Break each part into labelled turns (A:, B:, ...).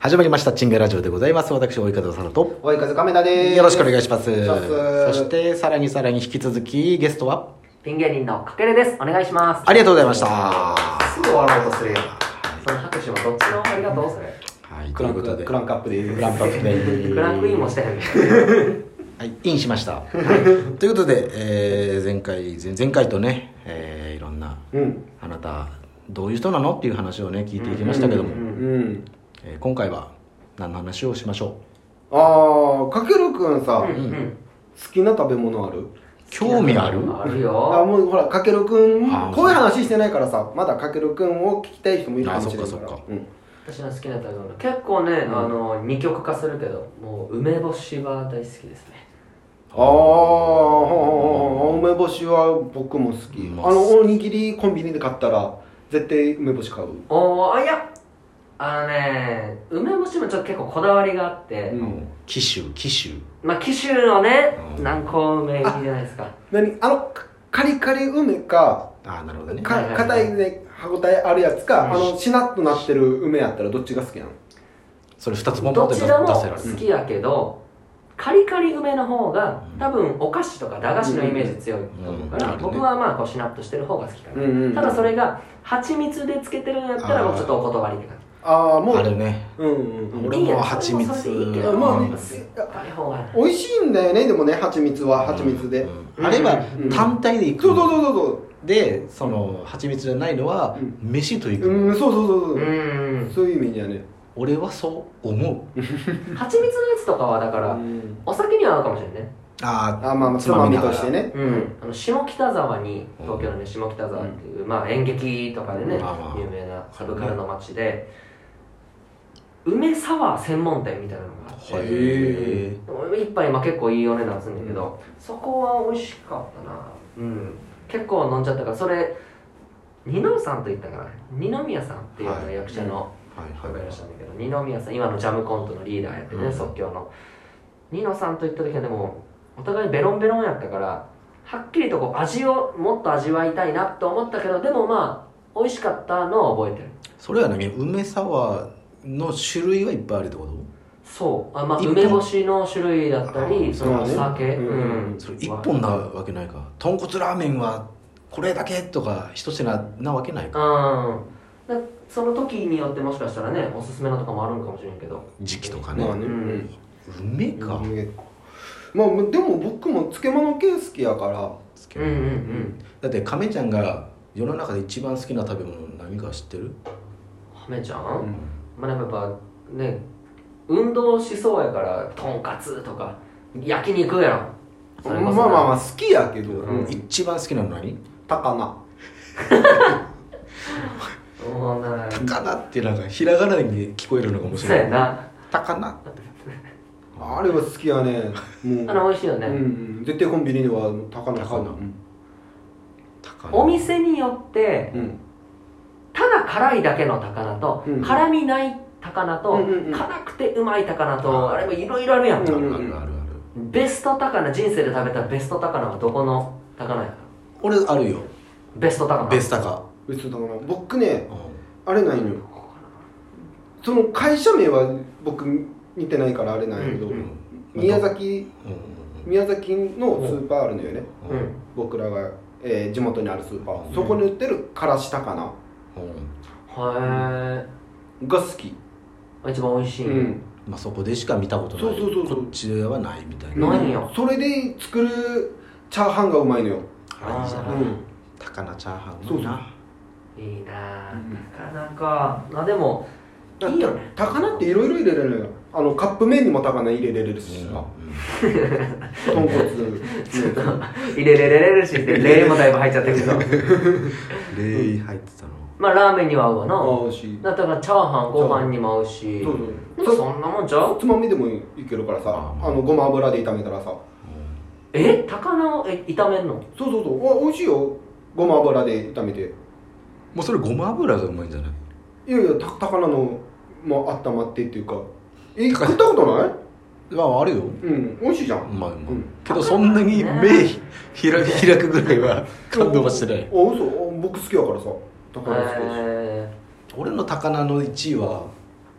A: 始まりました、チンガラジオでございます。私、追い風さらと。
B: 追い風亀田でーす
A: よろしくお願いします。
B: お願いし
A: そ
B: ます
A: して、さらにさらに引き続き、ゲストは、
C: ピン芸人のかけるです。お願いします。
A: ありがとうございました。は
B: すぐ終わろうとするやん
C: その拍手もどっちのありがとうそれ。
A: い、
B: ク
A: と
B: ラ
A: いう
B: ン
A: ことで、
B: クク
A: ク
B: ランクアップでーす
A: ランプアップで。
C: クランクインもしてへん。
A: はい、インしました。ということで、えー前回、前前回とね、えーいろんな、
B: うん
A: あなた、どういう人なのっていう話をね、聞いていきましたけども、
B: うん
A: えー今回は、何の話をしましょ
B: あーかけるくんさ、
C: うん
B: 好
C: うん。
B: きな食べ物ある
A: う興味ある
C: ある
B: あ
C: よ。
B: もうほらかけるくん
A: あー
B: こういう話してないからさまだかけるくんを聞きたい人もいるかもしれない
A: あそ
B: か
A: っ
B: ら
A: かそっか
B: うん
C: 私の好きな食べ物。結構ね、あの、二極化するけど、もう梅干しは大好きですね。
B: あーほうほうほうほう梅干しは僕も好き、
A: うん
B: あのおにぎりコンビニで買ったら絶対梅干し買う
C: おー、あ、いや。あのね、梅干しもちょっと結構こだわりがあって、
B: うん
A: 紀州、紀州。
C: まあ、紀州のね
A: う、ん
C: 南高梅入りじゃないですか。
B: 何あのかカリカリ梅か
A: ああ、なるほどね。
B: か
C: はいはいはい
B: 硬いね歯応えあるやつか、
C: うん
B: あのしなっとなってる梅やったらどっちが好きなの
A: それ二つも持
C: ど
A: って
C: ち
A: 出せ
C: らも
A: られる。
C: 好きやけど、カリカリ梅の方が多分お菓子とか駄菓子のイメージ強いと思うから、
A: うん
C: 僕はまあこうしなっとしてる方が好きかな、
B: うんうん
C: ただそれが蜂蜜でつけてるんやったら
A: あー
C: もうちょっとお断りって感
B: ああもう
A: あるね。
B: うんうんうん
A: 俺
C: いい
A: も
C: や
A: 蜂蜜。
C: それもそれでいいけ
B: ど
A: うん
B: まあね
C: じあれ方が
B: 美味しいんだよねでもね蜂蜜は蜂蜜で、
A: うんあれば
B: うん
A: 単体でいく。
B: そうそうそうそう
A: で、その蜂蜜じゃないのは
B: うん
A: 飯とい
B: そう、うん、
A: く。
B: そうそうそう
C: う
B: そう、
C: ん
B: そういう意味だよね
A: 俺はそう思う。
C: 蜂蜜のやつとかはだか
B: う
C: ら
B: ん
C: お酒には合うかもしれないね
A: あ
B: あまあまあつまみとして。ね
C: うん、あの下北沢に東京のね下北沢っていう、まあ、演劇とかでね、
A: まあまあ
C: 有名なサブカルの街で、梅サワー専門店みたいなのがあって、
A: へえ。
C: 一杯まあ結構いいお値段するんだけど、そこは美味しかったなうん結構飲んじゃったからそれ二宮さんと言ったかな二宮さんっていうの
A: は
C: が
A: い
C: 役者の
A: はい
C: 方が
A: はいい
C: らっしゃるんだけど、二宮さん今のジャムコントのリーダーやってね、
A: うん
C: 即興の二野さんと行った時はでもお互いベロンベロンやったからはっきりとこう味をもっと味わいたいなと思ったけどでもまあ美味しかったのは覚えてる
A: それは何梅サワーの種類はいっぱいあるってこと
C: そうあ、まあ、
A: 一本
C: 梅干しの種類だった
A: あ
C: りそのお酒、
B: そうね
C: うん
A: それ一本なわけないか。豚骨ラーメンはこれだけとか一品なわけないか。
C: うんだその時によってもしかしたらねおすすめのとかもあるんかもしれんけど
A: 時期とか
B: まあ
A: ね。
B: ね
C: う
A: 梅か。
B: まあでも僕も漬物系好きやから
C: うんうんうん
A: だって亀ちゃんが世の中で一番好きな食べ物何か知ってる
C: ハメちゃん、まあやっぱね運動しそうやからとんかつとか焼肉やろそれ
B: ま
C: こ
B: あ
C: そ
B: まあまあ好きやけど、
C: うん
A: 一番好きなの何
B: 高菜
C: もうな
A: 高菜ってなんかひらがなに聞こえるのかもし
C: そうや
A: れない
C: な
A: 高菜
B: あれは好きやねもう
C: あの美味しいよね、
B: うんうん、絶対コンビニでは高菜買
A: 高
B: う
A: 菜
B: うん
A: 高
C: お店によって
B: うん
C: ただ辛いだけの高菜と、
B: うん
C: 辛みない高菜と、
B: うんうんうん
C: 辛くてうまい高菜とあれもいろいろあるやん、
A: あるあ
B: うん
A: るあるある
C: ベスト高菜人生で食べたベスト高菜はどこの高菜や
A: 俺あるよ
C: ベスト高菜
A: ベス高
B: 別に高菜僕ね
A: う
B: あれないのよその会社名は僕見てないからあれなんやけど、
C: うんうん
B: 宮崎
A: ん
B: 宮崎のスーパーあるのよね、
A: うんうんうん
B: 僕らが、えー地元にあるスーパー、
A: うん
B: そこに売ってるからし高菜
A: うん
C: へ
B: が好き、
C: え一番美味し
B: う
C: い、
B: ん、
A: まあそこでしか見たことない
B: そうそうそうそう
A: こっちではないみたいな
C: ないんや
B: それで作るチャーハンがうまいのよ、
A: あいいじゃ
B: う
A: ない
B: ん、
A: 高菜チャーハン
B: そ
A: う
B: うそう
A: ない
C: いな
B: う
C: ぁ
B: ん
C: なかなかあでも
B: だっ
C: いいよね
B: た高菜っていろいろ入れれるのよあのカップ麺にも高菜入れれる
A: う
B: し
A: ん
B: さ豚骨うん
C: 入れれれれるしって例もだいぶ入っちゃってるけど
A: レイ入ってたの
C: まあラーメンには合うわ
B: あ
C: な
B: ー美味しい
C: だからチャーハンご飯にも合うし
B: そう
C: でも
B: そう
C: そんなもんちゃう
B: つまみでもいけるからさ
A: あ
B: あのごま油で炒めたらさ
C: え高菜をえ炒めんの
B: そうそうそうあ美味しいよごま油で炒めて
A: もうそれごま油がうまいんじゃない
B: いやいやた高菜のもあ温まってっていうかえ食ったことない
A: まああるよ
B: うん美味しいじゃん
A: まあま
B: うん
A: あけどそんなに目ひら開くぐらいは感動はしてない
B: あ嘘あ僕好きやからさ高菜好きだし
C: え
A: 俺の高菜の1位は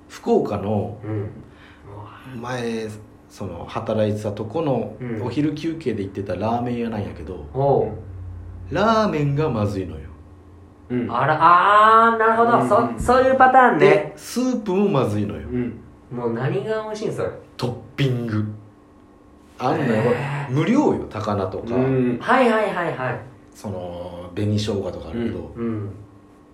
A: 福岡の
C: うん
A: 前その働いてたとこの
C: うん
A: お昼休憩で行ってたラーメン屋なんやけど、
C: おう
A: ラーメンがまずいのよ
B: うん
C: あらあーなるほど、
B: うんうん
C: そそういうパターンね
A: でスープもまずいのよ
B: うん
C: もう何が美味しいんそれ
A: トッピングあんのよ、
C: へ
A: 無料よ高菜とか、
B: うん
C: はいはいはいはい
A: その紅生姜とかあるけど、
C: うん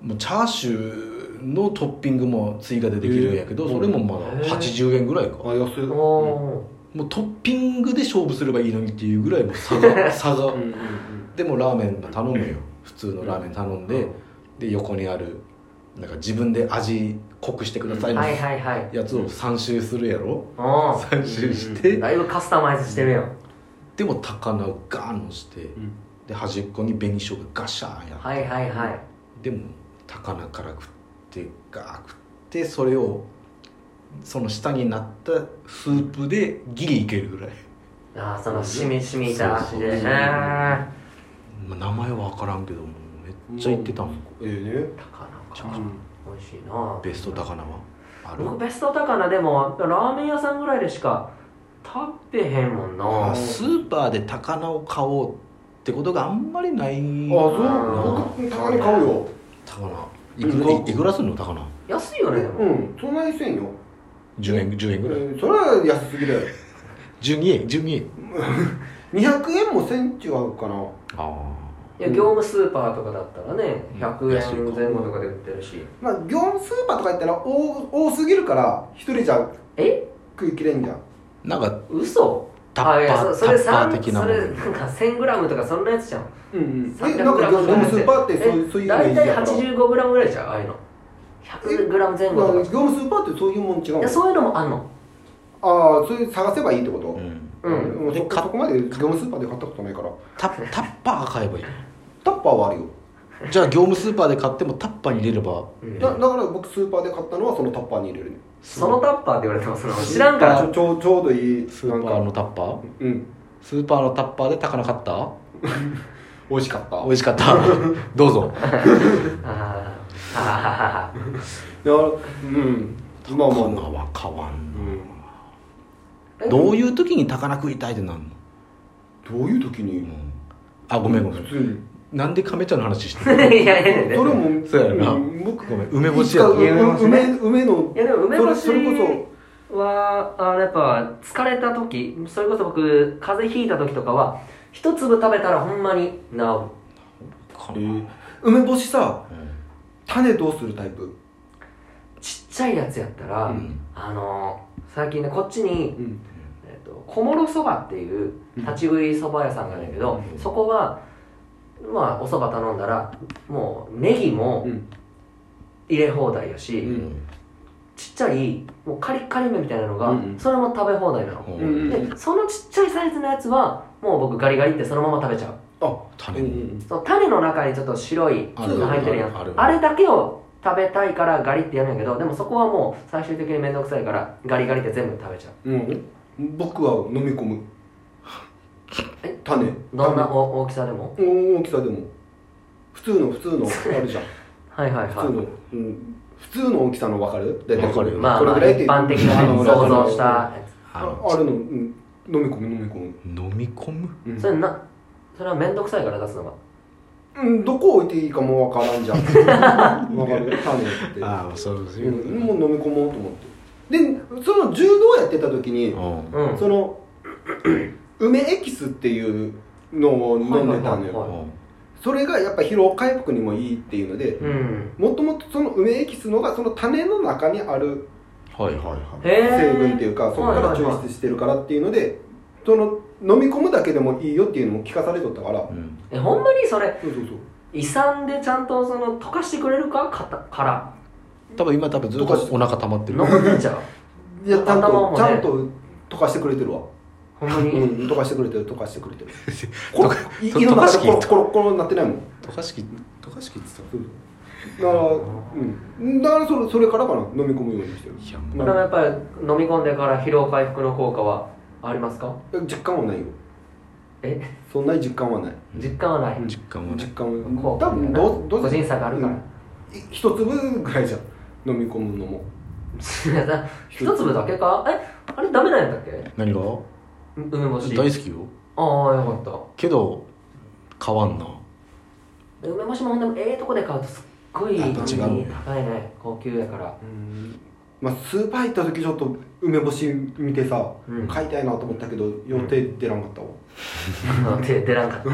A: もうチャーシューのトッピングも追加でできるんやけど、
B: へー
A: それもま
C: へー
A: だ80円ぐらいか、
B: あ安い
C: おお
A: もうトッピングで勝負すればいいのにっていうぐらいの差が差が、
B: うんうん
A: でもラーメン頼むよ普通のラーメン頼ん
C: ー
A: で、で横にあるなんか自分で味濃くしてくださいの
C: はいはいはい
A: やつを3周するやろ
C: おー
A: 3周して、
C: だいぶカスタマイズしてるよ
A: でも高菜をガーンのして
B: うん
A: で端っこに紅生姜ガシャーンやって、
C: はいはいはい
A: でも高菜から食ってガー食ってそれをその下になったスープでギリいけるぐらい、
C: ああそのしみしみした足で
A: そうそう
C: ね
A: まあ、名前は分からんけどもめっちゃ行ってたもん
B: ええね
C: 高菜
B: う
C: か
B: ん
C: 美味しいな
A: ベスト高菜はある
C: 僕ベスト高菜でもラーメン屋さんぐらいでしか食べへんもん
A: あ
C: な
A: ースーパーで高菜を買おうってことがあんまりない
B: あ
A: 高
B: そう僕たまに買うよ
A: 菜いくら
B: う
A: い
B: ん
A: いくらすんの高菜
C: 安いよねでも、
B: うんそんなにせんよ
A: 10円10円ぐらい
B: うんそれは安すぎだよ
A: 12円12円
B: 200円もせん違うかな
A: あ
C: いや業務スーパーとかだったらね
A: うん
C: 100
A: 安い
C: 円
A: か
C: 前後とかで売ってるし
B: まあ業務スーパーとか行ったら多多すぎるから一人じゃ
C: え
B: 食いきれんじゃん
A: あなんか
C: 嘘
A: タッパー
C: あいやそそれ
A: タッパー
C: 三
A: 的なもの
C: それなんか 1000g とかそんなやつじゃん
B: うんうんえなんか業
C: 300g
B: 務スーパーってそういうそういうイメー
C: 大
B: ジや
C: 体
B: から
C: 85g ぐらいじゃんああいうの 100g 前
B: まあ業
C: 後とか
B: 務スーパーってそういうもん違う
C: い
B: の
C: やそういうのもあんの
B: ああそういう探せばいいってこと
A: うん
C: うん
B: うんそ
A: でか
B: そこまで業務スーパーで買ったことないから
A: タッタッパー買えばいい
B: タッパーはあるよ
A: じゃあ業務スーパーで買ってもタッパーに入れれば
C: うん
B: だだから僕スーパーで買ったのはそのタッパーに入れるね
C: そのタッパーって言われてもその知らんから
B: ちょちょちょうどいい
A: スーパーのタッパー
B: うん
A: スーパーのタッパーで高菜買った
B: 美味しかっ た
A: 美味しかった どうぞ
C: あーあー
B: いやうんまあ
A: 高菜
B: まあ
A: は買わ
B: うんん
C: え
A: どういう時に高菜食いたいってなんの、
B: どういう時に
A: あごめんごめん
B: 普通に
A: なんで亀ちゃんの話して
C: い
A: る
C: やいやいや
B: それも
A: そうやな
B: うん僕
A: ごめん梅干しや
B: いつか
C: 梅干しね
B: 梅梅の
C: いやでも梅干し
B: それそれこ
C: はあのやっぱ疲れた時それこそ僕風邪ひいた時とかは一粒食べたらほんまに治る
A: か
B: えー梅干しさ
A: うん
B: 種どうするタイプ
C: ちっちゃいやつやったら、
B: うん
C: あの最近ねこっちに、
B: うん
C: えっと小諸そばっていう立ち食いそば屋さんがあるんだけど、
A: うん
C: そこはまあおそば頼んだらもうネギも
B: うん
C: 入れ放題やし、
B: う
C: ちっちゃいもうカリカリ麺みたいなのが、
B: うんうん
C: それも食べ放題なの、
A: う
B: うん
A: ん
C: でそのちっちゃいサイズのやつはもう僕ガリガリってそのまま食べちゃう
B: あ
A: 種
B: うんう
A: も
B: ん
C: その種の中にちょっと白い
A: あ
C: 粒が入ってるやん
A: あ
C: あ
A: る
C: れ
A: ある
C: だけを食べたいからガリってやるんやけどでもそこはもう最終的に面倒くさいからガリガリって全部食べちゃう
B: うん僕は飲み込む
C: え
B: 種
C: どんなお大きさでも
B: うん大きさでも普通の普通のあるじゃん
C: はいはい
B: 普通
C: は
B: の、うん、普通の大きさの分かる大体
A: わかる
C: い
A: よ
C: まあ
B: これ
C: まあ
B: ぐらいって
C: 一般的な
B: あ
C: 想
B: の
C: 像したや
B: あ
A: あの
B: あるの、うん、飲み込む飲み込む、
A: 飲み込む
B: うん
C: つそれなそれは面倒くさいから出すのが
B: うん、どこ置いていいかもわからんじ ゃんわかる種って
A: ああそうです
B: うん、もう飲み込もうと思ってでその柔道やってた時に、
A: う
C: うん
B: その梅エキスっていうのを飲んでたのよ、
C: はいはいはい
A: ん
B: それがやっぱ疲労回復にもいいっていうので
C: うん
B: もともとその梅エキスのがその種の中にある
A: はいはいはい
C: へえ
B: 成分っていうか、そこか
C: は
B: ら
C: いはいはい
B: 抽出してるからっていうのでその飲み込むだけでもいいよっていうのも聞かされとったから、
A: うん
C: えほんまにそれ
B: そうそうそう
C: 胃酸でちゃんとその溶かしてくれるかかた から
A: 多分今多分ずっとお腹溜まってる
C: 残ってんちゃう
B: いやちゃん
C: 頭も
B: と、
C: ね
B: ちゃんと溶かしてくれてるわ
C: ほんま
B: う
C: に
B: ん溶かしてくれてる溶かしてくれてる
A: 溶
B: こ
A: か
B: い胃の中でコ
A: 溶
B: ロ
A: かし器
B: コロコロになってないもん
A: 溶かし器溶かし器って言って
B: だから、うん、だからそれそれからかな飲み込むようにしてる
A: たいや
C: これはやっぱり飲み込んでから疲労回復の効果はありますか
B: 実感はないよ
C: え
B: そんなに実感はない
C: 実感はない、
B: うん
A: 実感は
B: 実
A: ね
B: 感は
C: こう
B: 多分どうどう
C: 個人差があるから、
B: うんい一粒ぐらいじゃん飲み込むのも
C: だ 一粒だけかえあれダメなんやったっけ
A: 何が
C: 梅干し
A: 大好きよ
C: ああよかっ
A: けど買わんな
C: たで梅干しもほんでもええとこで買うとすっごい
A: やっぱ違うんや
C: 高いね高級やから
B: うんまあスーパー行った時ちょっと梅干し見てさ、
C: うん
B: 買いたいなと思ったけど予定出なかったわ、
C: 手出らん か った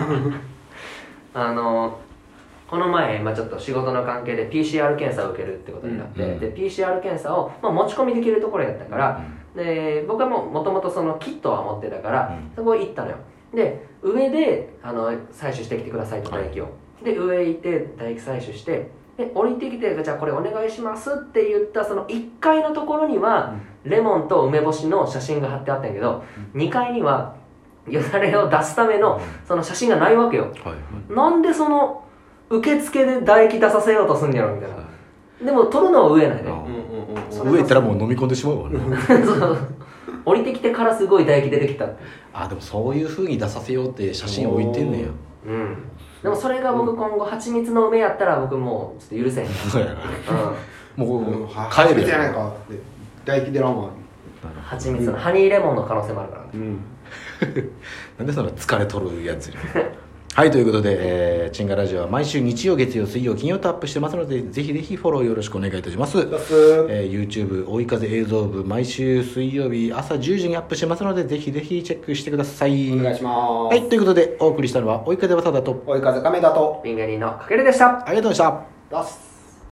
C: あのこの前、まあ、ちょっと仕事の関係で PCR 検査を受けるってことになって、
A: うんうん
C: で PCR 検査を、まあ、持ち込みできるところやったから、で僕はもうもともとそのキットは持ってたから、
A: うん
C: そこ行ったのよで上であの採取してきてくださいと
A: はい
C: 唾液を、で上行って唾液採取してで降りてきてじゃあこれお願いしますって言ったその1階のところには、レモンと梅干しの写真が貼ってあったんやけど、2階にはよだれを出すためのその写真がないわけよ
A: はいはい
C: なんでその受付で唾液出させようとすんやろみたいなでも取るのは上ないね
A: あ
B: うんうんうん
C: そ
A: 上行ったらもう飲み込んでしまうわね
C: そう降りてきてからすごい唾液出てきたって
A: あでもそういうふうに出させようって写真置いてんねや
C: うんでもそれが僕今後蜂蜜の梅やったら僕もうちょっと許せへん、うん、
A: そうやなもう
B: 帰
A: 帰
B: る
A: る
B: じゃない
A: や
B: かって唾液出らんわ
C: 蜂蜜のハニーレモンの可能性もあるからね
B: うん
A: なんでその疲れ取るやつにはいということで、えー、チンガラジオは毎週日曜月曜水曜金曜とアップしてますのでぜひぜひフォローよろしくお願いいたします、
B: 出す
A: えー YouTube 追い風映像部毎週水曜日朝10時にアップしてますのでぜひぜひチェックしてください
B: お願いしま
A: は
B: す、
A: いということでお送りしたのは追い風はただと
B: 追い風亀田と
C: リンガリーのかけるでした
A: ありがとうございました
B: 出す